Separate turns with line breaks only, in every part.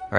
All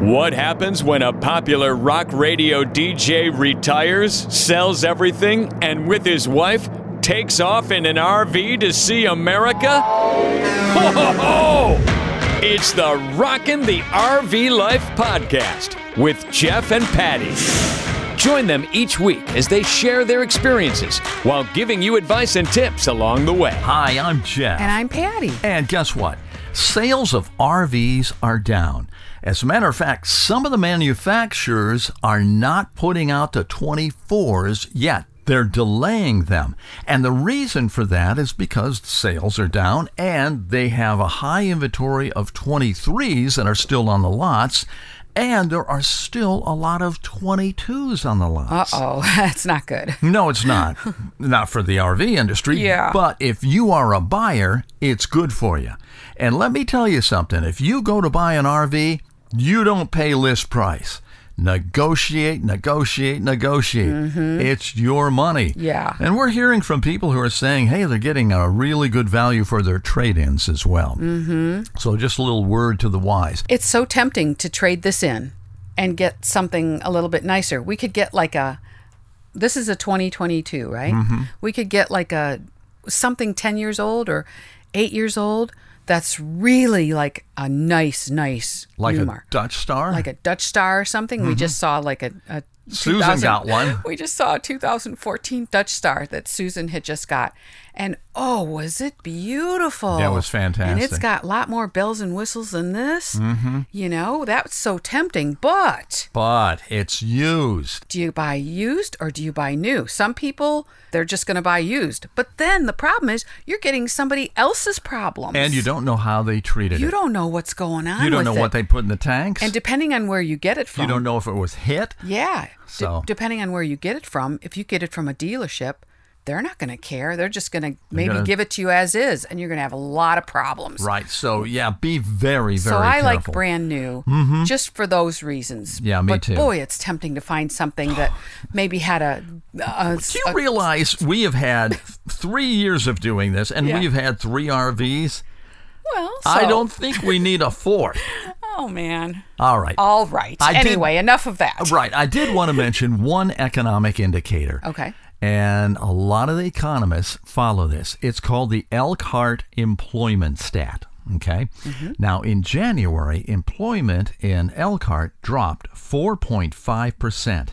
What happens when a popular rock radio DJ retires, sells everything, and with his wife takes off in an RV to see America? Ho ho ho! It's the Rockin' the RV Life podcast with Jeff and Patty. Join them each week as they share their experiences while giving you advice and tips along the way.
Hi, I'm Jeff.
And I'm Patty.
And guess what? Sales of RVs are down. As a matter of fact, some of the manufacturers are not putting out the 24s yet. They're delaying them. And the reason for that is because sales are down and they have a high inventory of 23s that are still on the lots. And there are still a lot of 22s on the
Uh
lots.
oh, that's not good.
No, it's not. not for the RV industry.
Yeah.
But if you are a buyer, it's good for you. And let me tell you something if you go to buy an RV, you don't pay list price. Negotiate, negotiate, negotiate. It's your money.
Mm-hmm. Yeah.
And we're hearing from people who are saying, hey, they're getting a really good value for their trade ins as well. Mm-hmm. So just a little word to the wise.
It's so tempting to trade this in and get something a little bit nicer. We could get like a this is a 2022, right?
Mm-hmm.
We could get like a something 10 years old or 8 years old that's really like a nice nice
Like
Newmar.
a Dutch star?
like a Dutch star or something. We just saw like a, a
Mm-hmm. Susan
2000
got one.
We just saw a 2014 Dutch star that Susan had just got, and oh, was it beautiful!
That was
And it's
fantastic.
got a lot more bells and whistles than this. Mm-hmm. You know, that's so tempting. But
But it's used.
do you buy used or do you buy new? Some people they're just going to buy used, but then the problem is you're getting somebody else's problems,
And you don't know how they treated
You
it.
don't know what's going on.
You don't
with
know
it.
what they put in the tanks.
And depending on where you get it from,
you don't know if it was hit.
Yeah. De-
So-
depending on where you get it from, if you get it from a dealership, they're not going to care. They're just going to maybe
gonna-
give it to you as is, and you're going to have a lot of problems.
Right. So yeah, be very, very
So I like
careful. Mm-hmm.
brand new, just for those reasons.
Yeah, me
but
too.
Boy, it's tempting to find something that maybe had a. a
Do you realize we have had three years of doing this, and
Yeah.
we've had three RVs?
well,
I
so-
don't think we need a fourth.
Oh man.
All right.
All right.
I did-
anyway, enough of that.
Right. I did want to mention one economic indicator.
Okay.
And a lot of the economists follow this. It's called the Elkhart Employment Stat. Okay. Now, in January, employment in Elkhart dropped 4.5%.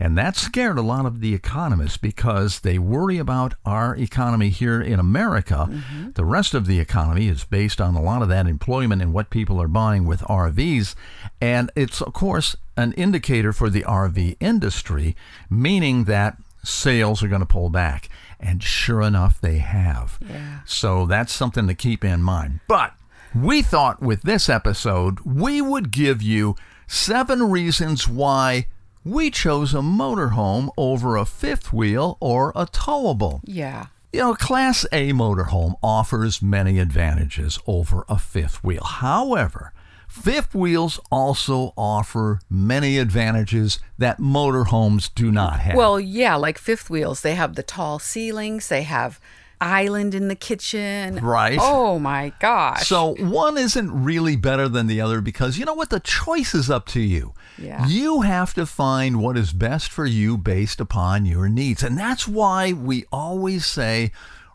And that scared a lot of the economists because they worry about our economy here in America. The rest of the economy is based on a lot of that employment and what people are buying with RVs. And it's, of course, an indicator for the RV industry, meaning that sales are going to pull back. And sure enough, they have. So that's something to keep in mind. But we thought with this episode, we would give you seven reasons why we chose a motorhome over a fifth wheel or a towable.
Yeah.
You know, Class A motorhome offers many advantages over a fifth wheel. However, Fifth wheels also offer many advantages that motorhomes do not have.
Well, yeah, like fifth wheels, they have the tall ceilings, they have island in the kitchen.
Right.
Oh my gosh.
So one isn't really better than the other because you know what? The choice is up to you.
Yeah.
You have to find what is best for you based upon your needs. And that's why we always say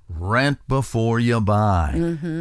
rent before you buy.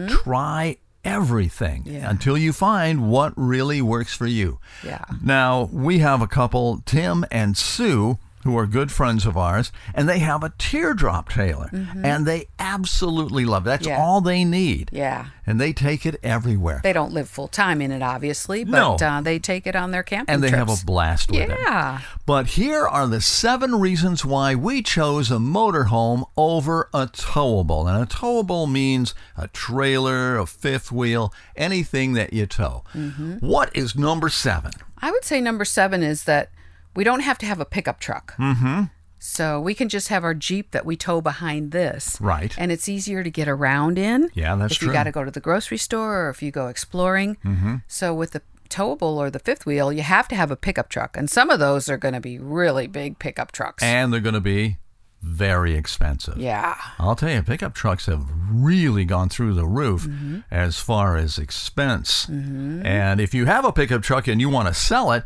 Try everything
Mm-hmm. Yeah.
until you find what really works for you.
Yeah.
Now, we have a couple, Tim and Sue, who are good friends of ours, and they have a teardrop trailer, and they absolutely love it. That's
Mm-hmm. Yeah.
all they need.
yeah.
And they take it everywhere.
They don't live full time in it, obviously, but
No.
uh, they take it on their camping
and they have a
trips.
blast with it.
Yeah.
But here are the seven reasons why we chose a motorhome over a towable. And a towable means a trailer, a fifth wheel, anything that you tow.
Mm-hmm.
What is number seven?
I would say number seven is that we don't have to have a pickup truck. Mm-hmm. So we can just have our Jeep that we tow behind this.
Right.
And it's easier to get around in.
Yeah, that's
if
true.
you got to go to the grocery store or if you go exploring. Mm-hmm. So with the towable or the fifth wheel, you have to have a pickup truck. And some of those are going to be really big pickup trucks.
And they're going to be very expensive.
yeah.
I'll tell you, pickup trucks have really gone through the roof
Mm-hmm.
as far as expense. And if you have a pickup truck and you want to sell it,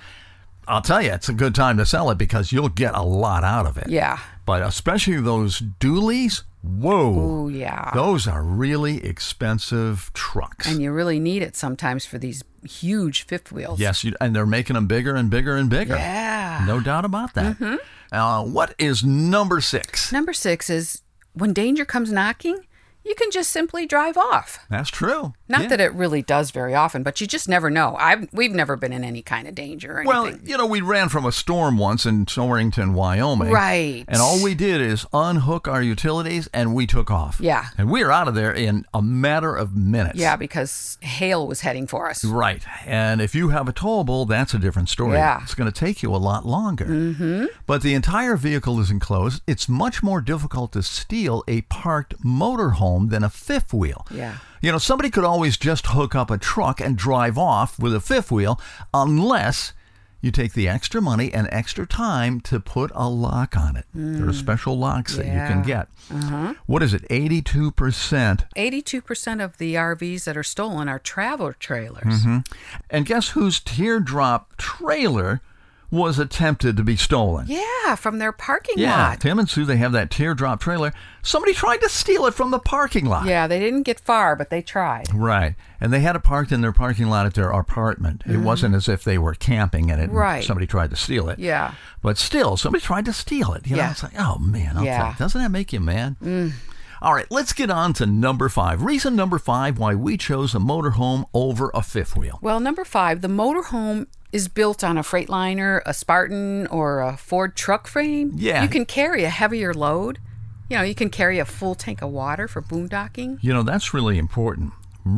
I'll tell you, it's a good time to sell it because you'll get a lot out of it.
Yeah.
But especially those dualies, whoa,
Oh, yeah.
those are really expensive trucks.
And you really need it sometimes for these huge fifth wheels.
yes, you, and they're making them bigger and bigger and bigger.
Yeah. Mm-hmm.
No doubt about that. Uh, what is number six?
Number six is when danger comes knocking, you can just simply drive off.
That's true.
Not
Yeah.
that it really does very often, but you just never know. I've we've never been in any kind of danger or
Well,
anything.
you know, we ran from a storm once in Sorington, Wyoming.
Right.
And all we did is unhook our utilities and we took off.
Yeah.
And we were out of there in a matter of minutes.
Yeah, because hail was heading for us.
Right. And if you have a towable, that's a different story.
Yeah.
It's going to take you a lot longer. Mm-hmm. But the entire vehicle is enclosed. It's much more difficult to steal a parked motorhome than a fifth wheel.
Yeah.
You know, somebody could always just hook up a truck and drive off with a fifth wheel unless you take the extra money and extra time to put a lock on it. There are special locks that you can
Yeah.
get. What is it? 82%.
Eighty-two percent of the RVs that are stolen are travel trailers.
Mm-hmm. And guess whose teardrop trailer was attempted to be stolen?
Yeah, from their parking
Yeah,
lot.
Tim and Sue, they have that teardrop trailer. Somebody tried to steal it from the parking lot.
Yeah, they didn't get far, but they tried.
Right. And they had it parked in their parking lot at their apartment. It wasn't as if they were camping in it. and
Mm-hmm. Right.
Somebody tried to steal it.
Yeah.
But still, somebody tried to steal it. You know,
Yeah.
it's like, oh man, I'll
Yeah. Mm.
tell you, doesn't that make you mad? All right, let's get on to number five. Reason number five why we chose a motorhome over a fifth wheel.
Well, number five, the motorhome is built on a Freightliner, a Spartan, or a Ford truck frame.
Yeah.
You can carry a heavier load. You know, you can carry a full tank of water for boondocking.
You know, that's really important.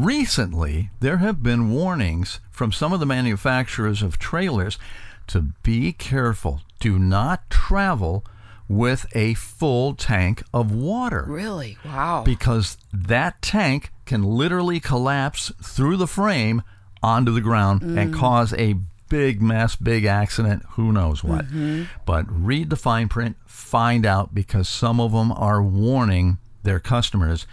Recently, there have been warnings from some of the manufacturers of trailers to be careful. Do not travel with a full tank of water.
Really? Wow.
because that tank can literally collapse through the frame onto the ground and cause a big mess, big accident, who knows what. But read the fine print, find out because some of them are warning their customers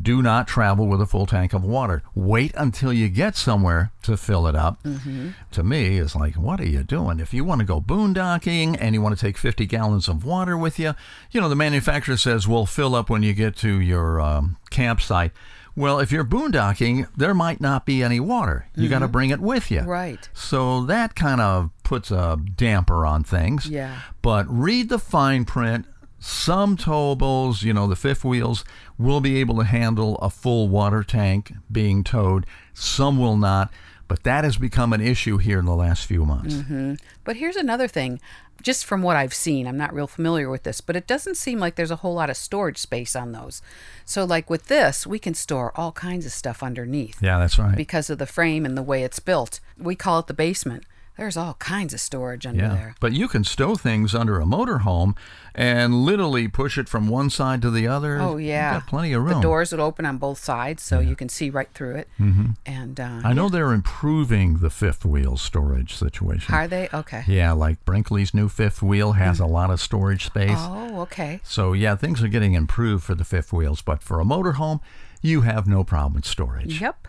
do not travel with a full tank of water. Wait until you get somewhere to fill it up.
Mm-hmm.
To me, it's like, what are you doing? If you want to go boondocking and you want to take 50 gallons of water with you, you know, the manufacturer says, well, fill up when you get to your um, campsite. Well, if you're boondocking, there might not be any water. You got to bring it with you.
Mm-hmm. Right.
So that kind of puts a damper on things.
Yeah.
But read the fine print. Some towables, you know, the fifth wheels, will be able to handle a full water tank being towed. Some will not. But that has become an issue here in the last few months.
Mm-hmm. But here's another thing, just from what I've seen, I'm not real familiar with this, but it doesn't seem like there's a whole lot of storage space on those. So, like with this, we can store all kinds of stuff underneath
Yeah, that's right.
because of the frame and the way it's built. We call it the basement. There's all kinds of storage under
Yeah.
there.
But you can stow things under a motorhome and literally push it from one side to the other.
Oh yeah,
You've got plenty of room.
The doors will open on both sides, so you can see right through it. And uh,
Mm-hmm. I know they're improving the fifth wheel storage situation.
are they okay?
Yeah, like Brinkley's new fifth wheel has a lot of storage space.
Mm. Oh, okay.
So yeah, things are getting improved for the fifth wheels, but for a motorhome, you have no problem with storage.
Yep.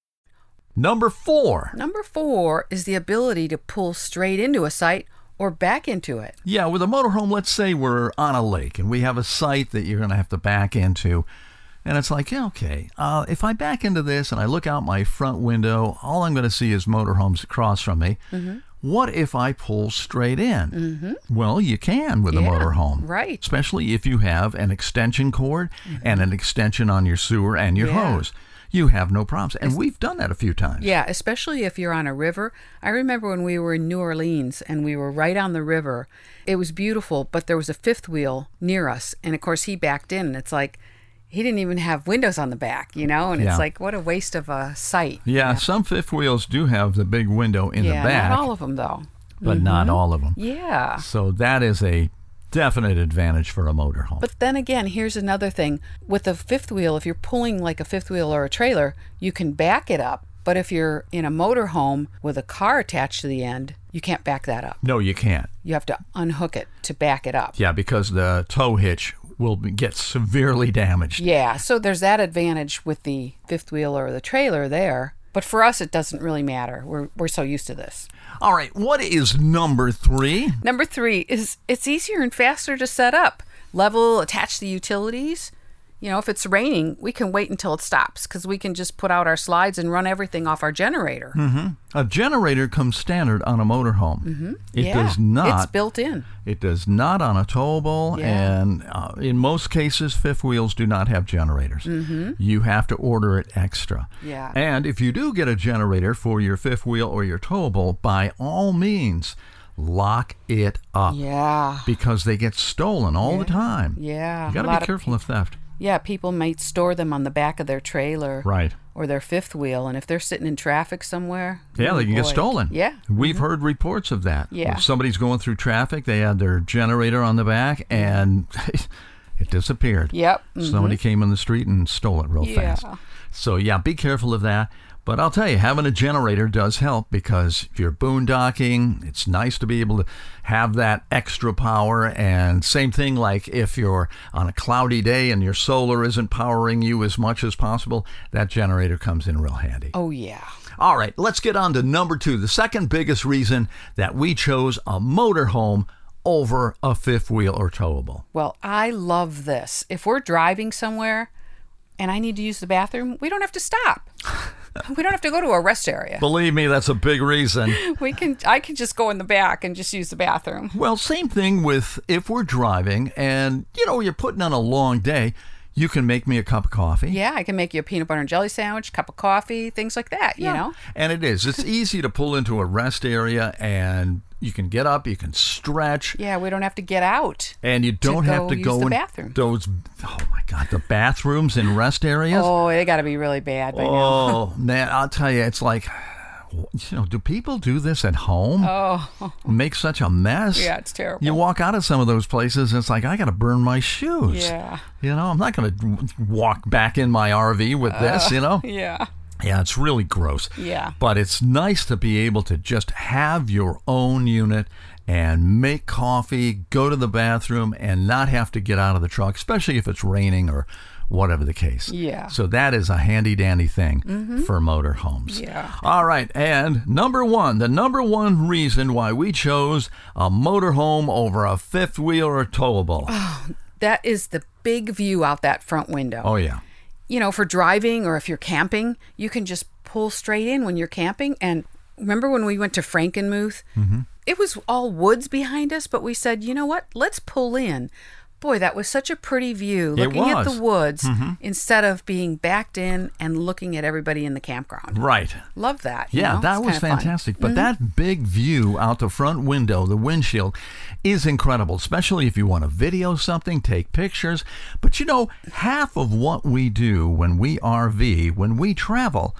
Number four.
Number four is the ability to pull straight into a site or back into it.
Yeah, with a motorhome, let's say we're on a lake and we have a site that you're going to have to back into. And it's like, yeah, okay, uh, if I back into this and I look out my front window, all I'm going to see is motorhomes across from me.
Mm-hmm.
What if I pull straight in? Well, you can with a
Yeah,
motorhome.
right.
Especially if you have an extension cord and an extension on your sewer and your
Mm-hmm. Yeah.
hose. You have no problems. And we've done that a few times.
Yeah, especially if you're on a river. I remember when we were in New Orleans and we were right on the river. It was beautiful, but there was a fifth wheel near us. And of course, he backed in, and it's like he didn't even have windows on the back, you know? And
Yeah.
it's like, what a waste of a site.
Yeah, some fifth wheels do have the big window in
yeah,
the back,
not all of them, though.
but not all of them.
Yeah.
So that is a definite advantage for a motorhome.
But then again, here's another thing. With a fifth wheel, if you're pulling like a fifth wheel or a trailer, you can back it up. But if you're in a motorhome with a car attached to the end, you can't back that up.
no, you can't.
You have to unhook it to back it up.
Yeah, because the tow hitch will be- get severely damaged.
Yeah, so there's that advantage with the fifth wheel or the trailer there. But for us, it doesn't really matter. We're, we're so used to this.
All right, what is number three?
Number three is it's easier and faster to set up. Level, attach the utilities. You know, if it's raining, we can wait until it stops because we can just put out our slides and run everything off our generator.
Hmm. A generator comes standard on a motorhome. Mm-hmm. It
Yeah,
does not.
It's built in.
it does not on a towable,
Yeah.
and uh, in most cases, fifth wheels do not have generators. Mm-hmm. You have to order it extra.
Yeah.
And if you do get a generator for your fifth wheel or your towable, by all means, lock it up.
Yeah.
because they get stolen all the time.
Yeah.
You got
a
to
lot
be
of-
careful of theft.
yeah, people might store them on the back of their trailer
Right.
or their fifth wheel. And if they're sitting in traffic somewhere,
Yeah, they
oh
can get
boy.
stolen.
Yeah. Mm-hmm.
We've heard reports of that.
Yeah.
If Somebody's going through traffic, they had their generator on the back and it disappeared.
Yep.
Somebody came in the street and stole it real
Yeah.
fast. So, yeah, be careful of that. But I'll tell you, having a generator does help because if you're boondocking, it's nice to be able to have that extra power. And same thing, like if you're on a cloudy day and your solar isn't powering you as much as possible, that generator comes in real handy.
Oh, yeah.
All right, let's get on to number two. The second biggest reason that we chose a motorhome over a fifth wheel or towable.
Well, I love this. If we're driving somewhere and I need to use the bathroom, we don't have to stop. we don't have to go to a rest area.
Believe me, that's a big reason.
we can I can just go in the back and just use the bathroom.
well, same thing with if we're driving and you know you're putting on a long day, you can make me a cup of coffee.
Yeah, I can make you a peanut butter and jelly sandwich, cup of coffee, things like that, you know?
And it is. It's easy to pull into a rest area and you can get up, you can stretch,
Yeah, we don't have to get out.
and you don't have
go
to
use
go
the
in
bathroom.
those oh my god, the bathrooms in rest areas.
Oh, they got to be really bad by now.
Oh man, I'll tell you, it's like, you know, do people do this at home?
Oh,
Make such a mess.
Yeah, it's terrible.
You walk out of some of those places, and it's like I got to burn my shoes.
Yeah.
You know, I'm not going to walk back in my RV with this. You know.
yeah.
Yeah, it's really gross.
Uh. Yeah.
But it's nice to be able to just have your own unit and make coffee, go to the bathroom, and not have to get out of the truck, especially if it's raining or whatever the case.
Yeah. Mm-hmm.
So that is a handy dandy thing for motorhomes.
Yeah.
All right. And number one, the number one reason why we chose a motorhome over a fifth wheel or towable.
Ah. That is the big view out that front window.
oh, yeah.
you know, for driving or if you're camping, you can just pull straight in when you're camping. And remember when we went to Frankenmuth?
Mm-hmm.
It was all woods behind us, but we said, you know what? Let's pull in. Boy, that was such a pretty view
It
looking at
was. Mm-hmm.
the woods instead of being backed in and looking at everybody in the campground.
Right.
Love that. you
Yeah,
know?
that
It's
was
kinda fun. Mm-hmm.
fantastic. But that big view out the front window, the windshield, is incredible, especially if you want to video something, take pictures. But you know, half of what we do when we RV, when we travel,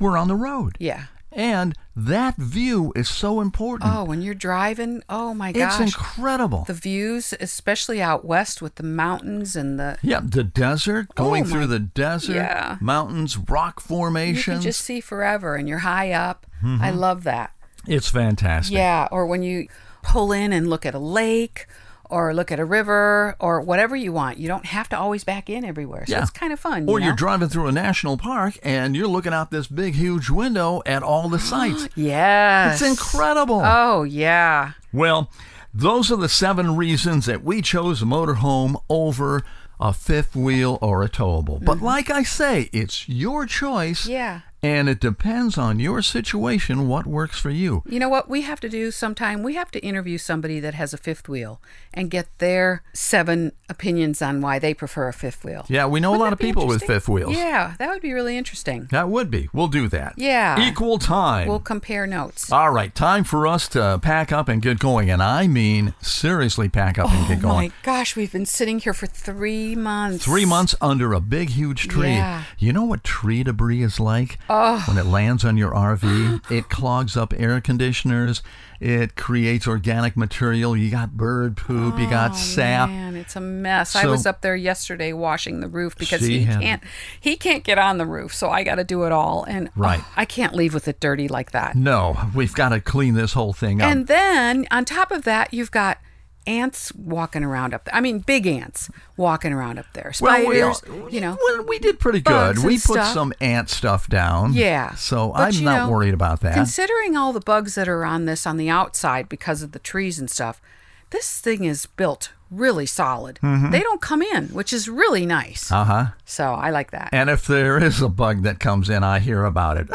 we're on the road.
Yeah.
And that view is so important.
Oh, when you're driving, oh my
Mm-hmm. it's
gosh.
incredible.
The views, especially out west with the mountains and the.
yeah, the desert, going
Oh,
through
my-
the desert,
yeah.
mountains, rock
You can
formations.
just see forever and you're high up. I
Mm-hmm.
love that.
it's fantastic.
Yeah, or when you pull in and look at a lake or look at a river or whatever you want. You don't have to always back in everywhere. So it's kind of fun.
Or
you
you're
know?
driving through a national park and you're looking out this big, huge window at all the sights.
Yes.
It's incredible.
Oh, yeah.
well, those are the seven reasons that we chose a motorhome over a fifth wheel or a towable. But
Mm-hmm.
like I say, it's your choice.
Yeah.
And it depends on your situation what works for you.
You know what we have to do sometime? We have to interview somebody that has a fifth wheel and get their seven opinions on why they prefer a fifth wheel.
Yeah, we know
Wouldn't
a lot
that
of
be
people with
interesting?
fifth wheels.
Yeah, that would be really interesting.
That would be. We'll do that.
Yeah.
Equal time.
We'll compare notes.
All right, time for us to pack up and get going. And I mean, seriously, pack up and
oh
get going.
my gosh, we've been sitting here for three months.
Three months under a big, huge tree.
Yeah. Oh.
You know what tree debris is like? When it lands on your RV, it clogs up air conditioners. It creates organic material. You got bird poop. you got sap.
Oh, Man, it's a mess. I
So-
was up there yesterday washing the roof because
She
he
had-
can't he can't get on the roof, so I got to do it all. And
Right.
oh, I can't leave with it dirty like that.
No, we've got to clean this whole thing up.
And then on top of that, you've got ants walking around up there. I mean, big ants walking around up there. Spiders, you know.
well, we did pretty good.
bugs and
We put
stuff.
some ant stuff down.
Yeah.
So
But
I'm
you
not
know,
worried about that.
Considering all the bugs that are on this on the outside because of the trees and stuff, this thing is built really solid.
Mm-hmm.
They don't come in, which is really nice.
uh huh.
so I like that.
And if there is a bug that comes in, I hear about it.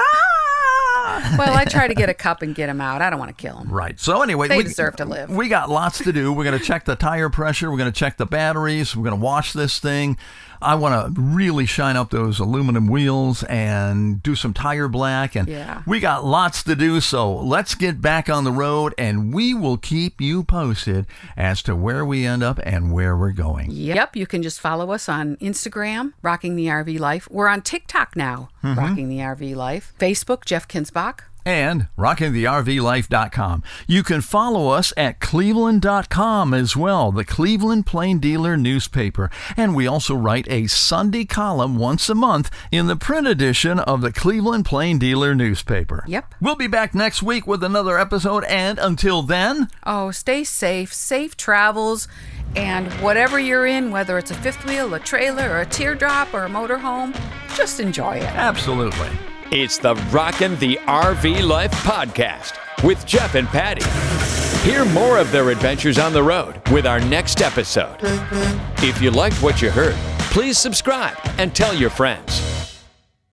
Ah!
well, I try to get a cup and get them out. I don't want to kill them.
Right. So anyway,
They deserve to live.
We got lots to do. We're going to check the tire pressure. We're going to check the batteries. We're going to wash this thing. I want to really shine up those aluminum wheels and do some tire black. And
Yeah.
we got lots to do. So let's get back on the road, and we will keep you posted as to where we end up and where we're going.
Yep, you can just follow us on Instagram, Rocking the RV Life. We're on TikTok now,
Mm-hmm.
Rocking the RV Life. Facebook, Jeff Kinsbach.
and rockingthervlife.com. You can follow us at cleveland.com as well, the Cleveland Plain Dealer newspaper. And we also write a Sunday column once a month in the print edition of the Cleveland Plain Dealer newspaper.
Yep.
We'll be back next week with another episode. And until then,
Oh, stay safe, safe travels, and whatever you're in, whether it's a fifth wheel, a trailer, or a teardrop, or a motorhome, just enjoy it.
absolutely.
It's the Rockin' the RV Life podcast with Jeff and Patty. Hear more of their adventures on the road with our next episode. If you liked what you heard, please subscribe and tell your friends.